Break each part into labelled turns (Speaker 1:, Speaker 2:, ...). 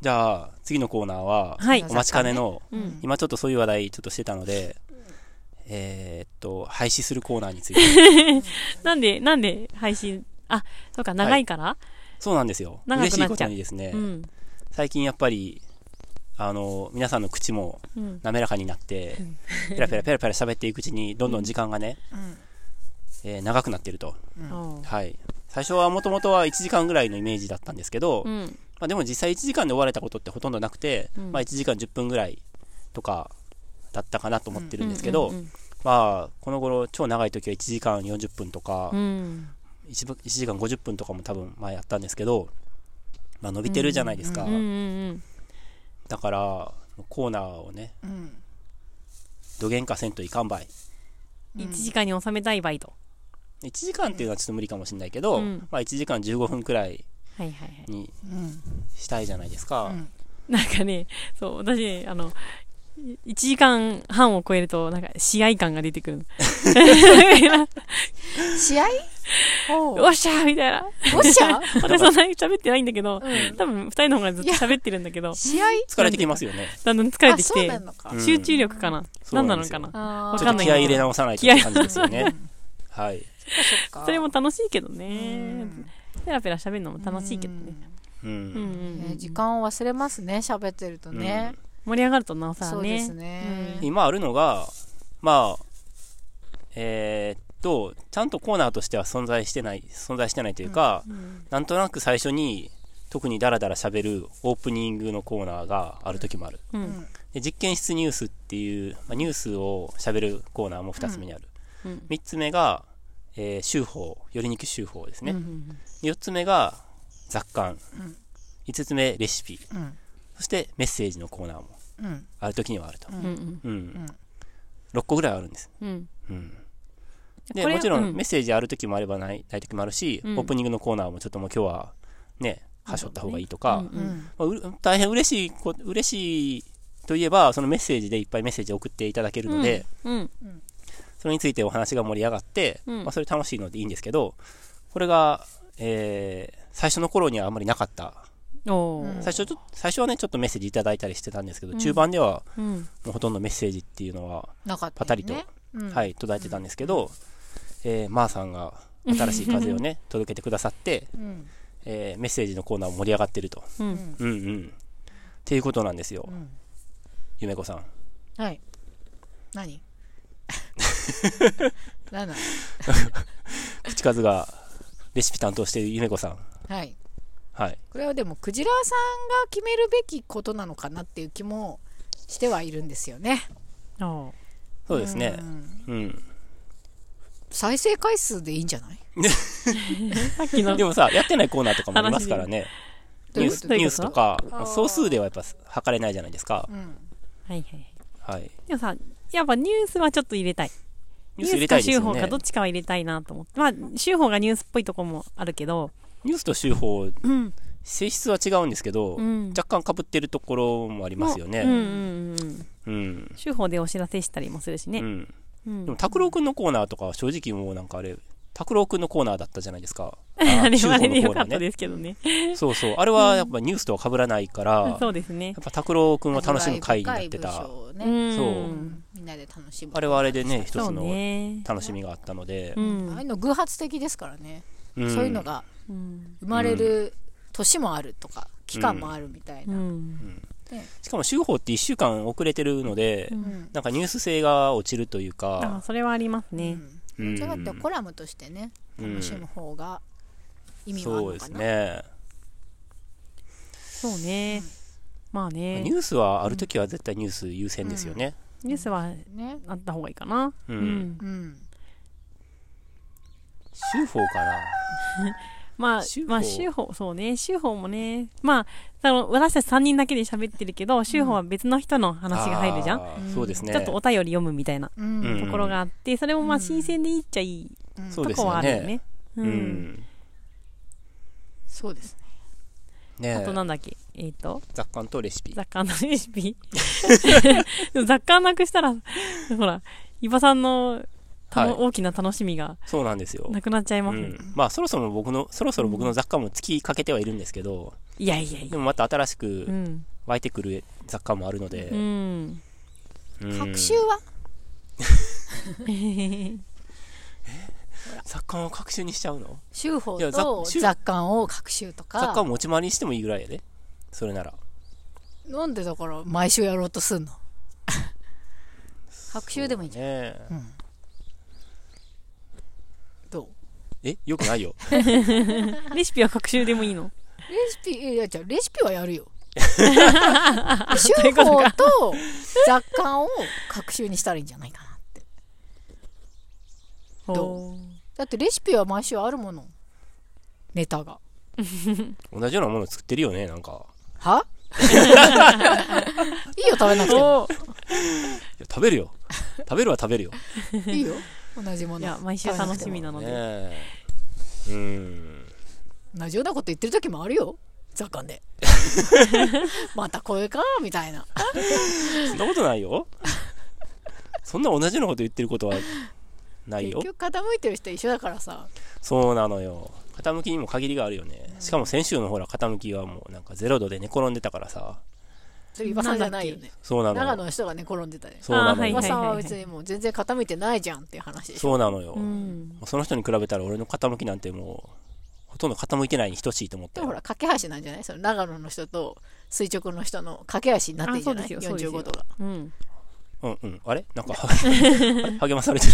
Speaker 1: じゃあ、次のコーナーは、
Speaker 2: はい
Speaker 1: お待ちかねの、
Speaker 2: うん
Speaker 1: 今ちょっとそういう話題ちょっとしてたので、えーっと、廃止するコーナーについ て。
Speaker 2: なんで、なんで配信、あ、そうか、長いから、
Speaker 1: そうなんですよ。
Speaker 2: 長くなっ
Speaker 1: 嬉
Speaker 2: ちゃ
Speaker 1: し
Speaker 2: う
Speaker 1: いことにですね、
Speaker 2: うん。
Speaker 1: 最近やっぱり、あの、皆さんの口も
Speaker 2: うん。
Speaker 1: 滑らかになって、ペラペラペラペラ喋っていくうちに、どんどん時間がね、えー長くなってると。
Speaker 2: おう
Speaker 1: はい。最初はもともとは1時間ぐらいのイメージだったんですけど、
Speaker 2: うん。
Speaker 1: まあ、でも実際1時間で終われたことってほとんどなくて、
Speaker 2: うん
Speaker 1: まあ、1時間10分ぐらいとかだったかなと思ってるんですけど、
Speaker 2: うんうん
Speaker 1: まあ、この頃超長い時は1時間40分とか、
Speaker 2: うん。うん。
Speaker 1: 一部 1, 時間50分とかも多分前やったんですけど、まあ、伸びてるじゃないですか、
Speaker 2: うんうん
Speaker 1: だからコーナーをね
Speaker 3: うん
Speaker 1: どげんかせんといかんばい
Speaker 2: うん。1時間に収めたいバイト。
Speaker 1: 1時間っていうのはちょっと無理かもしれないけど、
Speaker 2: うん
Speaker 1: まあ、1時間15分くらい
Speaker 2: はいはいはい。
Speaker 1: に
Speaker 3: うん
Speaker 1: したいじゃないですか、
Speaker 3: うん
Speaker 2: なんかね、そう、私ね、あの、1時間半を超えると、なんか、試合感が出てくるの。
Speaker 3: 試合お
Speaker 2: おっしゃーみたいな。
Speaker 3: おっしゃ
Speaker 2: 私そんなに喋ってないんだけど、
Speaker 3: うん
Speaker 2: 多分二人の方がずっと喋ってるんだけど、
Speaker 3: 試合
Speaker 1: 疲れてきますよね
Speaker 2: だんだん疲れ
Speaker 3: あ
Speaker 2: てき
Speaker 3: そうな
Speaker 2: て、
Speaker 3: のか
Speaker 1: うん
Speaker 2: 集中力かな、
Speaker 1: そう
Speaker 2: 何
Speaker 1: な
Speaker 2: な
Speaker 1: で
Speaker 2: んの
Speaker 1: す
Speaker 2: か
Speaker 1: よ
Speaker 2: な。
Speaker 3: あー
Speaker 2: わ
Speaker 1: ち
Speaker 2: か
Speaker 1: ょ
Speaker 2: ん
Speaker 1: っ
Speaker 2: な
Speaker 1: と
Speaker 2: い
Speaker 1: 気合い入れ直さないとって感じですよねはい
Speaker 3: か
Speaker 2: それも楽しいけどね。
Speaker 3: ん
Speaker 2: ペラペラ喋るのも楽しいけどね。
Speaker 1: うん、
Speaker 2: うんうんうん
Speaker 3: ね時間を忘れますね喋ってるとね
Speaker 2: 盛り上がるとなおさ
Speaker 3: そ
Speaker 2: ら
Speaker 3: うです
Speaker 2: ね。
Speaker 3: ね
Speaker 1: 今あるのが、まあ、えーっと、ちゃんとコーナーとしては存在してない、存在してないというか、なんとなく最初に、特にダラダラ喋るオープニングのコーナーがある時もある。
Speaker 2: うん
Speaker 1: で実験室ニュースっていう、まあ、ニュースを喋るコーナーも2つ目にある。
Speaker 2: う
Speaker 1: 三
Speaker 2: ん
Speaker 1: 3つ目が、えー、修法、寄りにく修法です
Speaker 2: う
Speaker 1: ね。
Speaker 2: ん
Speaker 1: 4つ目が雑感
Speaker 3: うん。
Speaker 1: 5つ目レシピ。
Speaker 3: うん
Speaker 1: そしてメッセージのコーナーも
Speaker 3: うん
Speaker 1: ある時にはあると。
Speaker 2: うんうん
Speaker 1: うん。
Speaker 3: ん
Speaker 1: 6個ぐらいあるんです。
Speaker 2: うん
Speaker 1: うん。
Speaker 2: こ
Speaker 1: で
Speaker 2: れ
Speaker 1: もちろ
Speaker 2: うん
Speaker 1: メッセージある時もあればないない時もあるし、
Speaker 2: うん
Speaker 1: オープニングのコーナーもちょっともう今日はねはしょった方がいいとか、
Speaker 2: うんうん
Speaker 1: まあうる大変嬉しいこ嬉しいといえばそのメッセージでいっぱいメッセージを送っていただけるので、
Speaker 2: うん
Speaker 1: それについてお話が盛り上がって、
Speaker 2: うん
Speaker 1: まあ、それ楽しいのでいいんですけどこれが、えー最初の頃にはあんまりなかった
Speaker 2: お
Speaker 3: う
Speaker 2: ー
Speaker 3: ん
Speaker 1: 最初ちょっと最初はねちょっとメッセージいただいたりしてたんですけど、
Speaker 2: うん
Speaker 1: 中盤では
Speaker 2: うん
Speaker 1: もうほとんどメッセージっていうのは、
Speaker 3: なかったよね
Speaker 1: パタリと
Speaker 3: うん
Speaker 1: はい途絶えてたんですけど、えーまーさんが新しい風を ね届けてくださって
Speaker 3: うん
Speaker 1: えーメッセージのコーナーも盛り上がってると。
Speaker 2: う
Speaker 3: うんん
Speaker 1: うんうん。っていうことなんですよ
Speaker 3: う、ん
Speaker 1: ゆめこさん。
Speaker 3: はい何何なの
Speaker 1: 口数がレシピ担当しているゆめこさん。
Speaker 3: はい
Speaker 1: はい。
Speaker 3: これはでもクジラさんが決めるべきことなのかなっていう気もしてはいるんですよね
Speaker 2: おー
Speaker 1: そうですね
Speaker 3: う。ん
Speaker 1: うん。
Speaker 3: 再生回数でいいんじゃない
Speaker 2: さっきの
Speaker 1: でもさ、やってないコーナーとかもありますからね。
Speaker 3: どう
Speaker 1: ニュ
Speaker 3: い
Speaker 1: ー
Speaker 3: うこ
Speaker 1: ス
Speaker 3: と
Speaker 2: どう
Speaker 1: ニ
Speaker 2: いうこと
Speaker 1: ュースとか
Speaker 3: あ、ー
Speaker 1: 総数ではやっぱ測れないじゃないですか
Speaker 3: う。ん
Speaker 2: はいはい。
Speaker 1: はい。
Speaker 2: でもさ、やっぱニュースはちょっと入れたい。
Speaker 1: ニュース入れたいです
Speaker 2: ニュ
Speaker 1: よ
Speaker 2: ースか週報か
Speaker 1: ね
Speaker 2: ど。っちかは入れたいなと思って。まあ、週報がニュースっぽいとこもあるけど、
Speaker 1: ニュースと週報、
Speaker 2: うん。
Speaker 1: 性質は違うんですけど、
Speaker 2: うん
Speaker 1: 若干被ってるところもありますよ
Speaker 2: うん
Speaker 1: ね。
Speaker 2: うんうん。
Speaker 1: うん。
Speaker 2: 週報でお知らせしたりもするし
Speaker 1: う
Speaker 2: ね。
Speaker 1: ん。
Speaker 2: うん
Speaker 1: でも、拓郎くんのコーナーとかは正直もうなんかあれ、拓郎くんのコーナーだったじゃないですか。あー
Speaker 2: あれ
Speaker 1: 週
Speaker 2: は
Speaker 1: 報の
Speaker 2: あ
Speaker 1: コ
Speaker 2: れ
Speaker 1: ーナーね
Speaker 2: でよかったですけどね。
Speaker 1: そうそう。あれはやっぱニュースとは被らないから、や
Speaker 2: そうですね。
Speaker 1: っぱ拓郎くんを楽しむ会になって
Speaker 3: 深い
Speaker 1: た
Speaker 3: 文。章を
Speaker 2: う
Speaker 3: ね
Speaker 2: ん
Speaker 1: そう
Speaker 3: うんみんなで楽しむ
Speaker 1: あれはあれでね、一
Speaker 2: そ
Speaker 1: つ
Speaker 2: う
Speaker 1: の
Speaker 2: ね。
Speaker 1: 楽しみがあったので
Speaker 2: う、。
Speaker 3: ああいうんの偶発的ですからね、
Speaker 1: ん
Speaker 3: そういうの。が
Speaker 2: うん。
Speaker 3: 生まれる年もあるとか期間もあるみたいうな、
Speaker 2: ん。
Speaker 1: しかも週報って1週間遅れてるので、
Speaker 2: うん
Speaker 3: うん
Speaker 1: なんかニュース性が落ちるという
Speaker 2: あ
Speaker 1: か、
Speaker 2: それはありますね。
Speaker 1: う
Speaker 3: うんん、そうだってコラムとしてね
Speaker 1: うん
Speaker 3: 楽しむ方が意味はあ
Speaker 1: そ
Speaker 3: る
Speaker 1: う
Speaker 3: の
Speaker 1: で
Speaker 3: か
Speaker 1: す
Speaker 3: な、
Speaker 1: ね。
Speaker 2: そうね。まあね。
Speaker 1: ニュースはあるときは絶対ニュース優先ですよね。
Speaker 2: ニュースは
Speaker 3: ね
Speaker 2: あった方がいいかな。
Speaker 1: う。
Speaker 2: うんん。
Speaker 3: うん
Speaker 1: 週報かな。
Speaker 2: まあ
Speaker 1: 週、報
Speaker 2: まあ、週報、そうね。週報もね。まあ、その私たち3人だけで喋ってるけど、週報は別の人の話が入るじゃん。
Speaker 1: あーそうですね。
Speaker 2: ちょっとお便り読むみたいな
Speaker 3: う
Speaker 1: うん
Speaker 3: ん
Speaker 2: ところがあって、それもまあ新鮮でいいっちゃいい
Speaker 3: うん
Speaker 1: そう
Speaker 2: と
Speaker 1: です
Speaker 2: こは
Speaker 1: よ
Speaker 2: あるよ
Speaker 1: ね。
Speaker 2: ね。う。
Speaker 1: うんん。
Speaker 3: そうですね
Speaker 2: あ
Speaker 1: ね
Speaker 2: となんだっけ、えっと、
Speaker 1: 雑感とレシピ。
Speaker 2: 雑感のレ シピ。でも雑感なくしたら、ほら、伊庭さんのたの
Speaker 1: はい
Speaker 2: 大きな楽しみが
Speaker 1: そうなんですよ
Speaker 2: なくなっちゃいます
Speaker 1: う
Speaker 2: ね。
Speaker 1: ん、まあそろそろ僕のそろそろ僕の雑貨も尽きかけてはいるんですけど、
Speaker 2: いやいやい
Speaker 1: で
Speaker 2: や。
Speaker 1: もまた新し
Speaker 2: う
Speaker 1: く
Speaker 2: ん。
Speaker 1: 湧いてくる雑貨もあるので、
Speaker 2: うん。
Speaker 1: うん
Speaker 3: 学習は
Speaker 1: 雑貨を学習にしちゃうの
Speaker 3: 修法
Speaker 1: いや雑
Speaker 3: と
Speaker 1: 修
Speaker 3: 雑感を学習と
Speaker 1: 雑貨を
Speaker 3: か
Speaker 1: 持ち回りにしてもいいぐらいやでそれなら
Speaker 3: なんでだから毎週やろう とすんの学習でもいいじゃん
Speaker 1: ねえ
Speaker 3: どう
Speaker 1: えよくないよ
Speaker 2: レシピは学習でもいいの
Speaker 3: レシピいやいやレシピはやる よ修
Speaker 2: ということ
Speaker 3: 法
Speaker 2: か
Speaker 3: と雑感を学習にしたらいいんじゃないかなってど
Speaker 2: ほ
Speaker 3: だってレシピは毎週あるものネタが
Speaker 1: 同じようなもの作ってるよねなんか
Speaker 3: は いいよ食べなく
Speaker 2: う
Speaker 3: ても
Speaker 2: お
Speaker 1: いや食べるよ食べるは食べるよ、
Speaker 3: いいよ同じも
Speaker 2: い
Speaker 3: の
Speaker 2: や、毎週楽しみなの
Speaker 1: ね
Speaker 2: で。
Speaker 1: えうん
Speaker 3: 同じようなこと言ってる時もあるよ雑 感で またこれかみたいな
Speaker 1: そんなことない よそんな同じようなこと言ってることはない
Speaker 3: 結
Speaker 1: よ
Speaker 3: 局傾いてる人一緒だからさ
Speaker 1: そうなのよ傾きにも限りがあるよねしかも先週のほら傾きはもうなんかゼロ度で寝転んでたからさ
Speaker 3: それ岩さんじゃないよね
Speaker 1: そうなの
Speaker 3: 長野の人がね転んでたね
Speaker 1: そうな
Speaker 2: あー
Speaker 1: の
Speaker 2: はい
Speaker 1: よ、
Speaker 3: 岩
Speaker 2: はい
Speaker 3: さんは別にもう全然傾いてないじゃんっていう話でしょ
Speaker 1: そうなのよ、
Speaker 2: うん。
Speaker 1: その人に比べたら俺の傾きなんてもうほとんど傾いてないに等しいと思っ
Speaker 3: で
Speaker 1: た
Speaker 3: も
Speaker 1: よ
Speaker 3: ほら、架け橋なんじゃないその長野の人と垂直の人の架け橋になってる
Speaker 2: あ、
Speaker 3: んじ
Speaker 2: そ
Speaker 3: ゃ
Speaker 2: う
Speaker 3: な
Speaker 2: で
Speaker 3: い
Speaker 2: すよ、そうです
Speaker 3: ?45
Speaker 2: よ
Speaker 3: 度が。。
Speaker 2: うん。
Speaker 1: うんうんあれなんかあれ励まされてる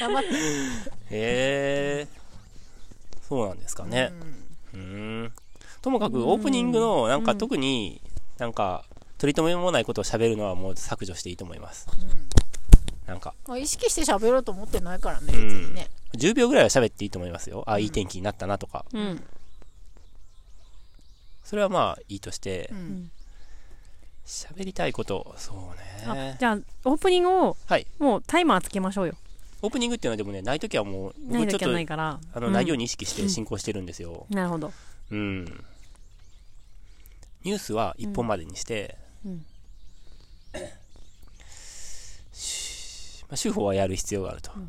Speaker 3: 頑張って。
Speaker 1: へえそうなんですかね
Speaker 3: うん
Speaker 1: うーんともかくオープニングのなんか特になんか取り留めもないことを喋るのはもう削除していいと思いますなんか
Speaker 3: まあ、意識して喋ろうと思ってないからね、別にね。
Speaker 1: 10秒ぐらいは喋っていいと思いますよあいい天気になったなとか
Speaker 2: うん。
Speaker 1: それはまあいいとして
Speaker 3: うん
Speaker 1: 喋りたいことそう
Speaker 2: あ
Speaker 1: ね
Speaker 2: じゃあ、オープニングを、
Speaker 1: はい
Speaker 2: もうタイマーつけましょうよ。
Speaker 1: オープニングっていうのはでもねない時はもう
Speaker 2: な
Speaker 1: 僕
Speaker 2: い
Speaker 1: ちょっ
Speaker 2: だけは
Speaker 1: と
Speaker 2: ないから。
Speaker 1: あの内容
Speaker 2: に。
Speaker 1: に意識して進行してるんですよ
Speaker 2: なるほど。
Speaker 1: うん、ニュースは1本までにして、
Speaker 2: うん
Speaker 1: しまあ、手法はやる必要があると、ま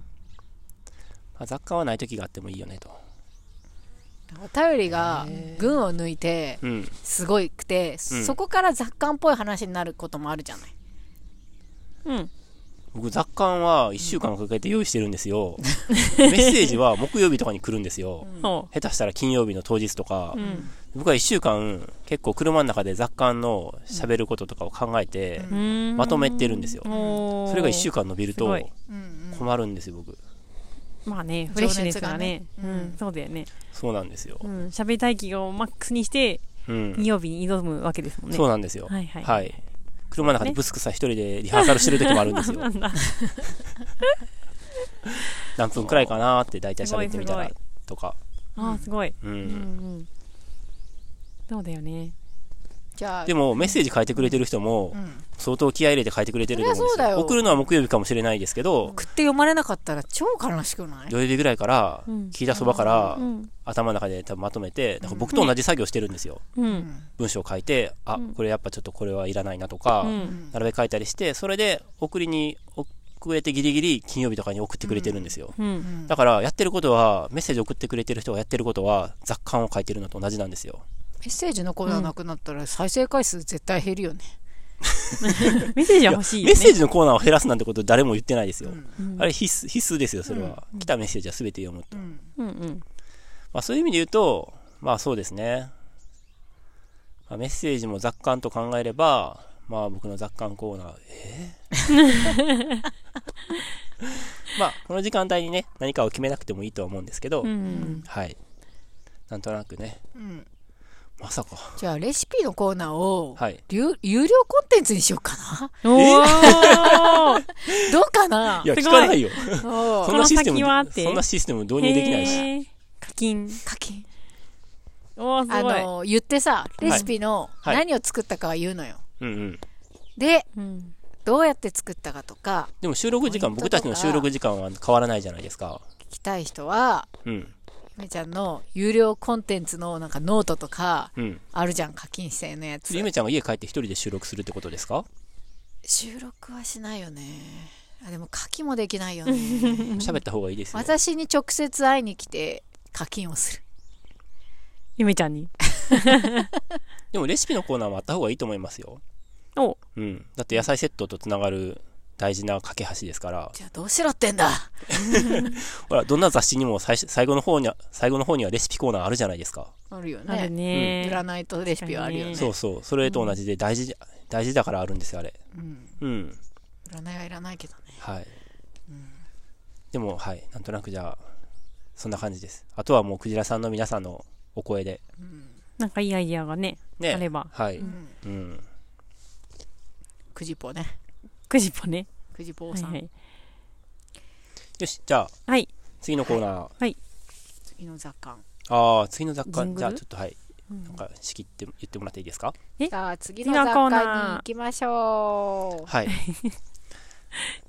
Speaker 1: あ、雑貨はない時があってもいいよねと
Speaker 3: お便りが群を抜いて、
Speaker 1: うん
Speaker 3: すごいくて、そこから雑感っぽい話になることもあるじゃない。
Speaker 2: うん。
Speaker 1: 僕雑貨は1週間かけて用意してるんですよ メッセージは木曜日とかに来るんですよ、
Speaker 2: そ
Speaker 1: 下手したら金曜日の当日とか、
Speaker 2: う。うん。
Speaker 1: 僕は1週間結構車の中で雑貨の喋ることとかを考えて
Speaker 2: う、ーん
Speaker 1: まとめてるんですよ
Speaker 2: そ
Speaker 1: それが1週間伸びる
Speaker 2: すご
Speaker 1: と
Speaker 2: い
Speaker 3: うん
Speaker 1: 困るんですよ僕
Speaker 2: まあねフレッシュですからね
Speaker 3: 情熱がね
Speaker 2: うんそうだよね
Speaker 1: そうなんですよ
Speaker 2: う、ん喋りたい気をマックスにして
Speaker 1: うん、
Speaker 2: 金曜日に挑むわけですもんね
Speaker 1: そうなんですよ。
Speaker 2: はいはい
Speaker 1: 車の中でブスクさ一人でリハーサルしてる時もあるんですよ。
Speaker 2: なんだ
Speaker 1: 何分くらいかなーって大体喋ってみた
Speaker 2: す
Speaker 1: ら
Speaker 2: ごいす
Speaker 1: とか。
Speaker 2: ああすごい
Speaker 1: うん。
Speaker 2: うんうんそうだよね
Speaker 3: じゃあ、
Speaker 1: でもメッセージ書いてくれてる人も
Speaker 3: うん
Speaker 1: 相当気合い入れて書いてくれてると思うん
Speaker 3: そ
Speaker 1: で
Speaker 3: り
Speaker 1: す
Speaker 3: ゃそうだ
Speaker 1: よ。
Speaker 3: よ
Speaker 1: 送るのは木曜日かもしれないですけど、
Speaker 3: 送って読まれなかったら超悲しくない
Speaker 1: 土曜日ぐらいから
Speaker 2: うん
Speaker 1: 聞いたそばから
Speaker 2: うん
Speaker 1: 頭の中で多分まとめて、だから僕と同じ作業してるんですよ。
Speaker 2: うん
Speaker 1: 文章を書いて、あ、これやっぱちょっとこれはいらないなとか
Speaker 2: う、
Speaker 3: うん
Speaker 1: なるべく書いたりして、それで送りに、遅れてギリギリ金曜日とかに送ってくれてるんですよ。
Speaker 2: う
Speaker 3: うんん
Speaker 1: だからやってることはメッセージ送ってくれてる人がやってることは雑感を書いてるのと同じなんですよ
Speaker 3: メッセージのコーナーなくなったら再生回数絶対減るよね。
Speaker 2: メッセージは欲しいよ
Speaker 1: メッ
Speaker 2: ね
Speaker 1: セージのコーナーを減らすなんてこと誰も言ってないですよ、
Speaker 2: うん
Speaker 1: あれ必須必須ですよそれは、来たメッセージは全て読むと、
Speaker 3: うん
Speaker 2: うんうん
Speaker 1: まあ、そういう意味で言うとまあそうですね、まあ、メッセージも雑感と考えればまあ僕の雑感コーナーえー まあこの時間帯にね何かを決めなくてもいいとは思うんですけど、
Speaker 2: うんうん
Speaker 1: はいなんとなくね
Speaker 3: うん
Speaker 1: まさか
Speaker 3: じゃあ、レシピのコーナーを、
Speaker 1: はい
Speaker 3: 有有料コンテンツにしようか な
Speaker 2: おー
Speaker 3: どうかない
Speaker 1: や
Speaker 2: す
Speaker 1: 聞
Speaker 2: ごい
Speaker 1: かないよ
Speaker 3: おう
Speaker 1: そんなシステム
Speaker 2: この先はって
Speaker 1: そんなシステム導入できないし。
Speaker 2: へー課金
Speaker 3: 課金
Speaker 2: おおす
Speaker 3: あ
Speaker 2: ごい
Speaker 3: の言ってさレシピの
Speaker 1: はい
Speaker 3: 何を作ったかは言うのよ、
Speaker 1: うんうん。
Speaker 3: で
Speaker 2: うん
Speaker 3: どうやって作ったかとか
Speaker 1: でも収録時間、
Speaker 3: ポイン
Speaker 1: 僕
Speaker 3: トと
Speaker 1: たち
Speaker 3: か
Speaker 1: の収録時間は変わらないじゃないですか。
Speaker 3: 聞きたい人は
Speaker 1: うん。
Speaker 3: ゆめちゃんの有料コンテンツのなんかノートとか
Speaker 1: うん。
Speaker 3: あるじゃん課金制のやつ
Speaker 1: それゆめちゃんが家帰って一人で収録するってことですか
Speaker 3: 収録はしないよねあでも課金もできないよね
Speaker 1: 喋った方がいいですよ。
Speaker 3: 私に直接会いに来て課金をする
Speaker 2: ゆめちゃんに。
Speaker 1: でもレシピのコーナーもあった方がいいと思いますよ。
Speaker 2: お
Speaker 1: うん。だって野菜セットとつながる大事な架け橋ですから。
Speaker 3: じゃあどうしろってんだ
Speaker 1: ほら、どんな雑誌にも最初最後の方には、最後の方にはレシピコーナーあるじゃないですか。
Speaker 3: あるよ
Speaker 2: ある
Speaker 3: ね
Speaker 2: ね。
Speaker 3: 占いとレシピはあるよね
Speaker 1: そうそう。それと同じで大事、大事だからあるんですよ、あれ。
Speaker 3: うん、
Speaker 1: うん。
Speaker 3: 占いはいらないけどね
Speaker 1: はい。でも、はい。なんとなくじゃあ、そんな感じです。あとはもう、クジラさんの皆さんのお声で。
Speaker 2: なんかいいアイディアがね、
Speaker 1: ね。
Speaker 2: あれば
Speaker 1: はい。
Speaker 3: ん
Speaker 1: うん。
Speaker 3: くじぽね
Speaker 2: くじぽね。
Speaker 3: くじぽ
Speaker 2: は
Speaker 3: う
Speaker 2: い
Speaker 3: さん、
Speaker 2: はい。
Speaker 1: よし、じゃあ、
Speaker 2: はい。
Speaker 1: 次のコーナー。
Speaker 3: 次の雑感
Speaker 1: ああ、次の雑
Speaker 2: ジ
Speaker 1: 貨、
Speaker 2: ングル
Speaker 1: じゃあちょっとはい。
Speaker 2: うん
Speaker 1: なんか仕切って言ってもらっていいですか
Speaker 3: じゃあ次
Speaker 2: の
Speaker 3: の
Speaker 2: 雑
Speaker 3: 雑
Speaker 2: 貨
Speaker 3: 感
Speaker 2: に
Speaker 3: に
Speaker 2: 行
Speaker 3: 行きましょう
Speaker 1: はい。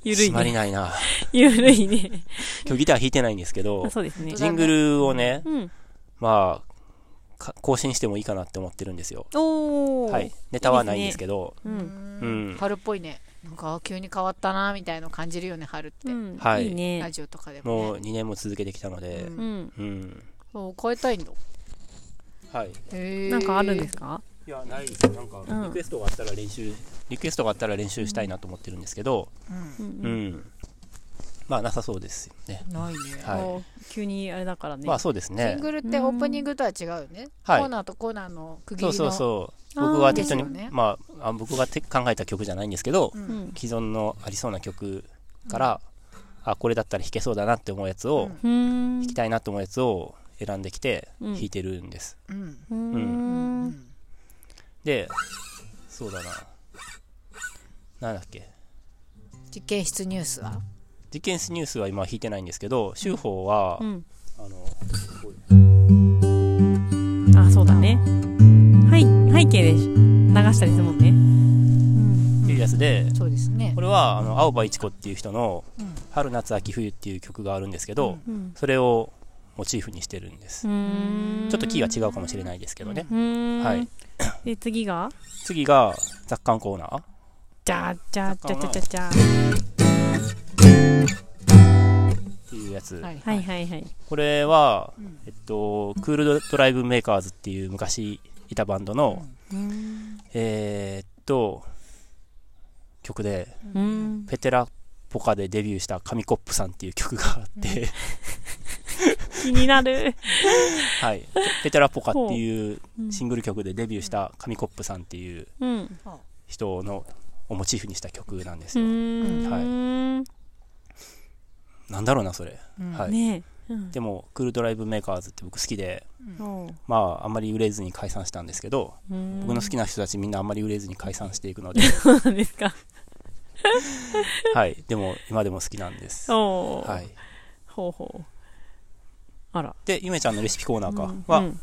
Speaker 2: ゆるい
Speaker 1: 締まり
Speaker 2: ね。
Speaker 1: ない な。
Speaker 2: ゆるいね。
Speaker 1: 今日ギター弾いてないんですけど
Speaker 2: あ、そうですね。
Speaker 1: ジングルをね、
Speaker 2: うん。
Speaker 1: まあ、か更新してもいいかなって思ってるんですよ。
Speaker 2: おー。
Speaker 1: はい。ネタはないんですけど、
Speaker 2: うん。
Speaker 1: うん
Speaker 3: 春っぽいねなんか急に変わったなみたいの感じるよね春っ
Speaker 2: う
Speaker 3: て、
Speaker 2: ん。
Speaker 1: はい
Speaker 2: いい
Speaker 3: ラ
Speaker 2: ね。
Speaker 3: ジオとかで
Speaker 1: も
Speaker 3: も
Speaker 1: う
Speaker 3: ね
Speaker 1: 2年も続けてきたので
Speaker 3: う、ん
Speaker 2: うん。
Speaker 1: うん。
Speaker 3: もう変えたいんだ
Speaker 1: はい。
Speaker 3: へー
Speaker 2: なんかあるんですか
Speaker 1: いや、ないです。なんか
Speaker 2: うん、
Speaker 1: リクエストがあったら練習、リクエストがあったら練習したいなと思ってるんですけど、
Speaker 3: うん
Speaker 2: うん
Speaker 1: う。ん。まあ、なさそうですよね。
Speaker 3: ないね、
Speaker 1: はい
Speaker 2: もう急にあれだからね。
Speaker 1: まあ、そうです
Speaker 3: シ
Speaker 1: ね
Speaker 3: ン。グルってオープニングとは違うよね、
Speaker 1: はい
Speaker 3: コーナーとコーナーの区切り
Speaker 1: そう
Speaker 3: の
Speaker 1: そうそう。
Speaker 2: あー
Speaker 1: 僕が適当に、
Speaker 3: ですよね
Speaker 1: まあ、あ僕がて考えた曲じゃないんですけど、
Speaker 3: うん
Speaker 2: うん。
Speaker 1: 既存のありそうな曲から、あこれだったら弾けそうだなって思うやつを、
Speaker 3: う
Speaker 1: 弾
Speaker 2: うー
Speaker 3: ん
Speaker 2: ん。
Speaker 1: きたいなと思うやつを選んできて
Speaker 2: うん
Speaker 1: 弾いてるんです、
Speaker 3: うん
Speaker 2: うー。
Speaker 3: うんん
Speaker 1: でそうだななんだっけ
Speaker 3: 実験室ニュースは
Speaker 1: 実験室ニュースは今弾いてないんですけど修法は
Speaker 2: う、ん。
Speaker 1: あの
Speaker 2: あ、そうだね。はい、背景で流したりするもんね。うん。
Speaker 1: っていうやつで
Speaker 3: そうですね
Speaker 1: これはあの青葉一子っていう人の
Speaker 3: うん
Speaker 1: 「春夏秋冬」っていう曲があるんですけど、
Speaker 3: うん
Speaker 2: うん。
Speaker 1: それをモチーフにしてるんです、
Speaker 2: うん
Speaker 1: ちょっとキーが違うかもしれないですけどね、
Speaker 2: うーん。
Speaker 1: はい。
Speaker 2: で、次が
Speaker 1: 次が雑感コーナー
Speaker 2: じゃーじゃーじゃーじゃーじゃー
Speaker 1: っていうやつ、
Speaker 3: はい
Speaker 2: はいはいはい。
Speaker 1: これは、
Speaker 3: うん
Speaker 1: えっと、クールドライブメーカーズっていう昔いたバンドの、
Speaker 2: うーん。
Speaker 1: えーっと、曲で、
Speaker 2: うーん。
Speaker 1: ペテラポカでデビューした紙コップさんっていう曲があって、
Speaker 2: 気になる。
Speaker 1: はい。ペテラポカっていう
Speaker 2: うん
Speaker 1: シングル曲でデビューした紙コップさんっていう
Speaker 2: うん。う
Speaker 1: 人のをモチーフにした曲なんですよ。
Speaker 2: ーん。
Speaker 1: なんだろうな、それ。
Speaker 3: うん
Speaker 1: はい
Speaker 2: ねえ。うん
Speaker 1: でも、クールドライブメーカーズって僕好きで、
Speaker 2: おう
Speaker 1: まあ、あんまり売れずに解散したんですけど、
Speaker 2: うーん
Speaker 1: 僕の好きな人たちみんなあんまり売れずに解散していくので、
Speaker 2: そうなんですか。
Speaker 1: はい。でも、今でも好きなんです。は
Speaker 2: おう。
Speaker 1: い。
Speaker 2: ほうほう。あら。
Speaker 1: で、ゆめちゃんのレシピコーナーか。
Speaker 2: う
Speaker 1: は、
Speaker 2: ん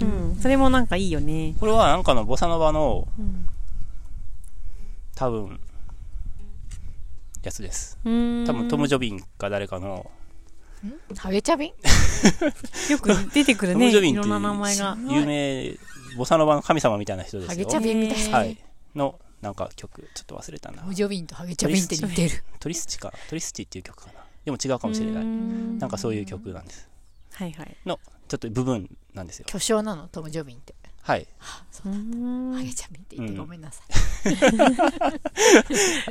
Speaker 2: うん。それもなんかいいよね。
Speaker 1: これはなんかのボサノバの
Speaker 2: うん
Speaker 1: 多分、やつです。
Speaker 2: うーん。
Speaker 1: 多分トム・ジョビンか誰かの、
Speaker 3: ハゲチャビン
Speaker 2: よく出てくる
Speaker 1: トム・
Speaker 2: ね。
Speaker 1: ジョビ
Speaker 2: い
Speaker 1: ンっ
Speaker 2: ろ
Speaker 1: て
Speaker 2: ん
Speaker 1: い
Speaker 2: な名前が。
Speaker 1: う有名、ボサノバの神様みたいな人で
Speaker 3: ハ
Speaker 1: す
Speaker 3: ゲ
Speaker 1: よ
Speaker 3: チ。ャビンみたいな、
Speaker 1: はい。の、なんか曲、ちょっと忘れたな
Speaker 3: ハ。ゲチャビンとハゲチャビンって似てる
Speaker 1: トリスチか。トリスチっていう曲かな。でも違うかもしれな
Speaker 2: うー
Speaker 1: い。
Speaker 2: ん
Speaker 1: なんかそういう曲なんです。
Speaker 2: はいはい。
Speaker 1: ちょっと部分なんですよ。
Speaker 3: 巨匠なのトム・ジョビンって
Speaker 1: はい。
Speaker 2: うーん
Speaker 3: ハゲチャビンって言って
Speaker 1: うん
Speaker 3: ごめんなさい、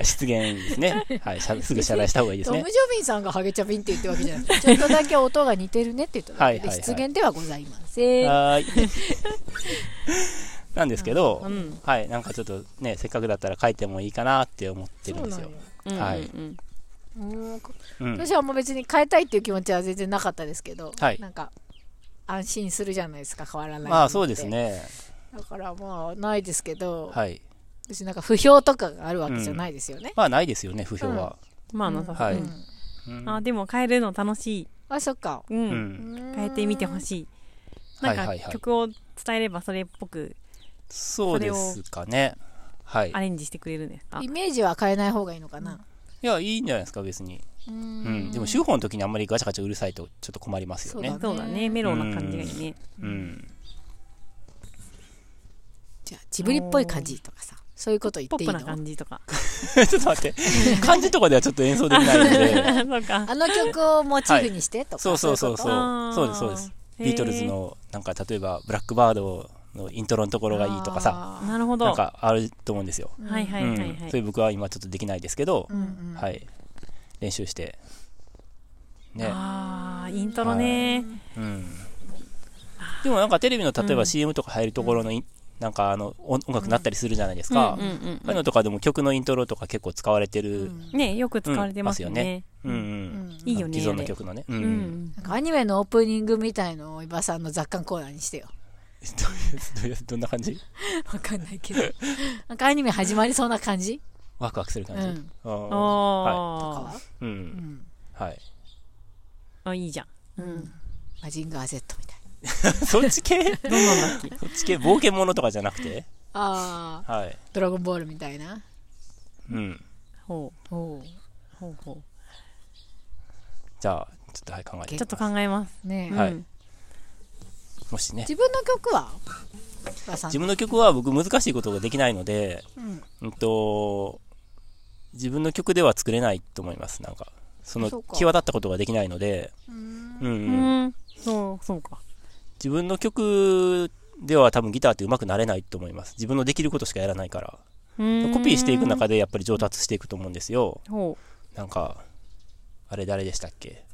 Speaker 1: 失言ですね。 はい。しゃすぐ謝罪した方がいいです
Speaker 3: トム・
Speaker 1: ね
Speaker 3: ジ。ョビンさんがハゲチャビンって言ってるわけじ ゃないちょっとだけ音が似てるねって言っただ
Speaker 1: はい
Speaker 3: けで
Speaker 1: はいはい
Speaker 3: 失言ではございません
Speaker 1: はーい。 なんですけど、
Speaker 2: うん。
Speaker 1: はい、なんかちょっとね、せっかくだったら書いてもいいかなって思ってるんですよ。
Speaker 2: うん
Speaker 1: はい
Speaker 2: うん
Speaker 3: うん
Speaker 1: うん。
Speaker 3: 私はもう別に変えたいっていう気持ちは全然なかったですけど、
Speaker 1: はい
Speaker 3: なんか安心するじゃないですか変わらないのって
Speaker 1: まあそうですね。
Speaker 3: だからまあないですけど、
Speaker 1: はい。
Speaker 3: 別になんか不評とかがあるわけじゃないですよね、
Speaker 1: まあないですよね、不評は。
Speaker 2: まあなさそう
Speaker 1: はい
Speaker 3: うん
Speaker 1: うん
Speaker 2: あ、でも変えるの楽しい。
Speaker 3: あそっか
Speaker 2: う。
Speaker 1: うんん。
Speaker 2: 変えてみてほ
Speaker 3: い
Speaker 2: しい。な
Speaker 1: はい
Speaker 2: ん
Speaker 1: はい
Speaker 2: か
Speaker 1: はい。
Speaker 2: 曲を伝えればそれっぽく
Speaker 1: そうですかね。はい。
Speaker 2: アレンジしてくれるんですか
Speaker 3: イメージは変えない方がいいのかな、
Speaker 1: いや、いいんじゃないですか、別に。
Speaker 3: うん
Speaker 1: うん。でも、修法の時にあんまりガチャガチャうるさいとちょっと困りますよね
Speaker 3: そう。
Speaker 2: そうだね。メロウな感じがいいね。
Speaker 1: うん。
Speaker 3: じゃあジブリっぽい感じとかさそういうこと言っ
Speaker 2: ポ
Speaker 3: てい
Speaker 2: ッ
Speaker 3: い
Speaker 2: プ
Speaker 3: の
Speaker 2: な感じとか。
Speaker 1: ちょっと待って。漢字とかではちょっと演奏できないので。
Speaker 2: そうか。
Speaker 3: あの曲をモチーフにしてとか、
Speaker 1: そうそうそう
Speaker 3: いこと
Speaker 1: そう。そうです、そうです。
Speaker 2: へー
Speaker 1: ビートルズの、なんか例えば、ブラックバードのイントロのところがいいとかさ、
Speaker 3: あー
Speaker 2: なるほど。
Speaker 1: なんかあると思うんですよ。
Speaker 3: うん
Speaker 2: はいはいはいは
Speaker 1: うん
Speaker 2: い。
Speaker 1: それ僕は今ちょっとできないですけど
Speaker 3: う、んうん
Speaker 1: はい。練習して。ね。
Speaker 2: ああ、イントロね。
Speaker 1: うん。でもなんかテレビの例え
Speaker 2: う
Speaker 1: ば
Speaker 2: ん
Speaker 1: CM とか入るところのイン、なんかあの音音楽になったりするじゃないです
Speaker 2: うん
Speaker 1: か。
Speaker 2: うん
Speaker 1: ああ
Speaker 2: う
Speaker 1: いうのとかでも曲のイントロとか結構使われて
Speaker 3: う
Speaker 1: る。
Speaker 3: ん
Speaker 2: ん。ねよく使われてますよね。
Speaker 1: うんう。
Speaker 3: うんん
Speaker 2: いいよね
Speaker 1: 既存の曲のね。う。
Speaker 2: うんん。
Speaker 3: なんかアニメのオープニングみたいのを伊庭さんの雑感コーナーにしてよ
Speaker 1: どう いうどういうどんな感じ
Speaker 3: わかんないけど なんかアニメ始まりそうな感じ
Speaker 1: ワクワクする感じ。
Speaker 3: うん
Speaker 1: あーは
Speaker 3: とか
Speaker 2: あ
Speaker 3: は、
Speaker 1: い。う。
Speaker 3: うんん
Speaker 1: はい。
Speaker 2: あ、いいじゃん。
Speaker 3: うん、マジンガー Z みたいな
Speaker 1: そっち系
Speaker 2: どんなんだっけ
Speaker 1: そっち系冒険者とかじゃなくて
Speaker 3: あー
Speaker 1: はい。
Speaker 3: ドラゴンボールみたいな
Speaker 1: うん。
Speaker 2: ほう。
Speaker 3: おう
Speaker 2: ほうほ
Speaker 1: じゃあ、ちょっとはい考えて
Speaker 2: う。ちょっと考えます。
Speaker 3: ねえ、
Speaker 1: はい
Speaker 2: うん
Speaker 1: もしね。
Speaker 3: 自分の曲は伊庭さん
Speaker 1: 自分の曲は僕難しいことができないので、
Speaker 3: うん
Speaker 1: うんと、自分の曲では作れないと思います。なんか、その、
Speaker 3: そうか
Speaker 1: 際立ったことができないので、
Speaker 3: うん
Speaker 1: うん、
Speaker 2: う
Speaker 1: うん。
Speaker 2: ん。そう、そうか。
Speaker 1: 自分の曲では多分ギターって上手くなれないと思います。自分のできることしかやらないから。
Speaker 2: コ
Speaker 1: コピーしていく中
Speaker 2: で。
Speaker 1: でやっぱり上達していくと思うんですよ。
Speaker 2: ほ
Speaker 1: なんか、あれ誰でしたっけ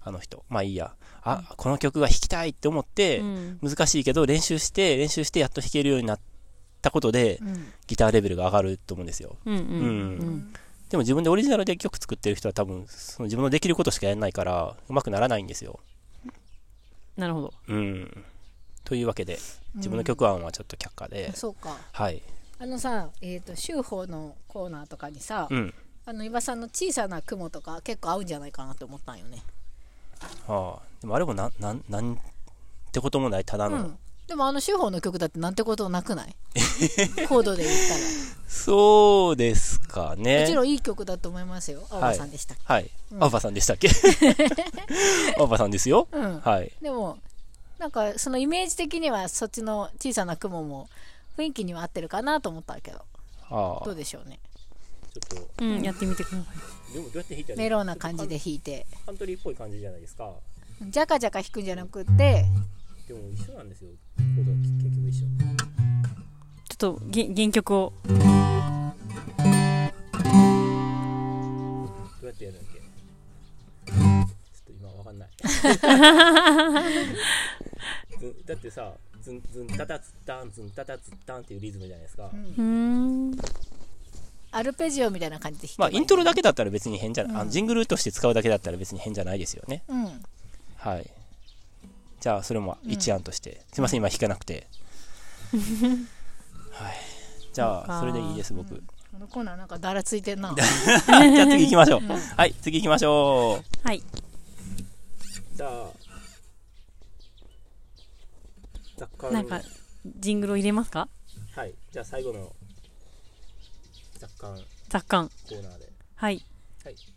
Speaker 1: あの人。まあいいや。あ、この曲が弾きたいって思っ
Speaker 2: う。
Speaker 1: て
Speaker 2: う、ん
Speaker 1: 難しいけど練習して、練習してやっと弾けるようになったことで、
Speaker 3: うん
Speaker 1: ギターレベルが上がると思うんですよ。
Speaker 2: うんうん
Speaker 1: うん
Speaker 2: うん。
Speaker 1: でも自分でオリジナルで曲作ってる人は多分、その自分のできることしかやらないから、うまくならないんですよ。
Speaker 2: なるほど。
Speaker 1: うん。というわけで、自分の曲案はちょっと却下で、
Speaker 3: そうか
Speaker 1: はい。
Speaker 3: あのさえっ、と修法のコーナーとかにさ、
Speaker 1: うん。
Speaker 3: あの伊庭さんの小さな雲とか結構合うんじゃないかなと思ったんよね
Speaker 1: はあ、でもあれもなん、なん、なんってこともない、ただ
Speaker 3: う
Speaker 1: の。
Speaker 3: んでもあの修法の曲だってなんてことな くないコードで言ったら
Speaker 1: そうですかね。
Speaker 3: もちろんいい曲だと思いますよ青葉さんでしたっ
Speaker 1: はい。
Speaker 3: うん
Speaker 1: アッパさんでしたっ けアッパさんですよ。
Speaker 3: け、うん
Speaker 1: はい。
Speaker 3: でもなんかそのイメージ的にはそっちの小さな雲も雰囲気には合ってるかなと思ったけど
Speaker 1: ああ。
Speaker 3: どうでしょうね
Speaker 1: ちょっと、
Speaker 2: うん、やってみてください。
Speaker 1: でもどうやって弾いた
Speaker 3: メローな感じで。弾いて
Speaker 1: カントリーっぽい感じじゃないですか。
Speaker 3: ジャカジャカ弾くんじゃなくて
Speaker 1: でも一緒なんですよ。コードは結局一緒。
Speaker 2: ちょっとげ原曲を。
Speaker 1: どうやってやるんだっけちょっと今わかんない ずんだってさズンズンタタツッタンズンタタツッタンっていうリズムじゃないですか、
Speaker 2: うーん。
Speaker 3: アルペジオみたいな感じで弾け
Speaker 1: ま
Speaker 3: ば
Speaker 1: あ
Speaker 3: いい
Speaker 1: イントロだけだったら別に変じゃない、あのジングルとして使うだけだったら別に変じゃないですよね
Speaker 3: うん
Speaker 1: はいじゃあそれも一案として、すいません今弾かなくてはいじゃ
Speaker 2: そうか
Speaker 1: あそれでいいです僕、
Speaker 3: このコーナーなんかだらついてんな
Speaker 1: じゃあ次行きましょう、はい次行きましょう
Speaker 2: はい。
Speaker 1: じゃあ雑貨
Speaker 2: なんか、ジングルを入れますか
Speaker 1: はい、じゃあ最後の雑感
Speaker 2: 雑感。
Speaker 1: コーナーで。
Speaker 2: はい。
Speaker 1: はい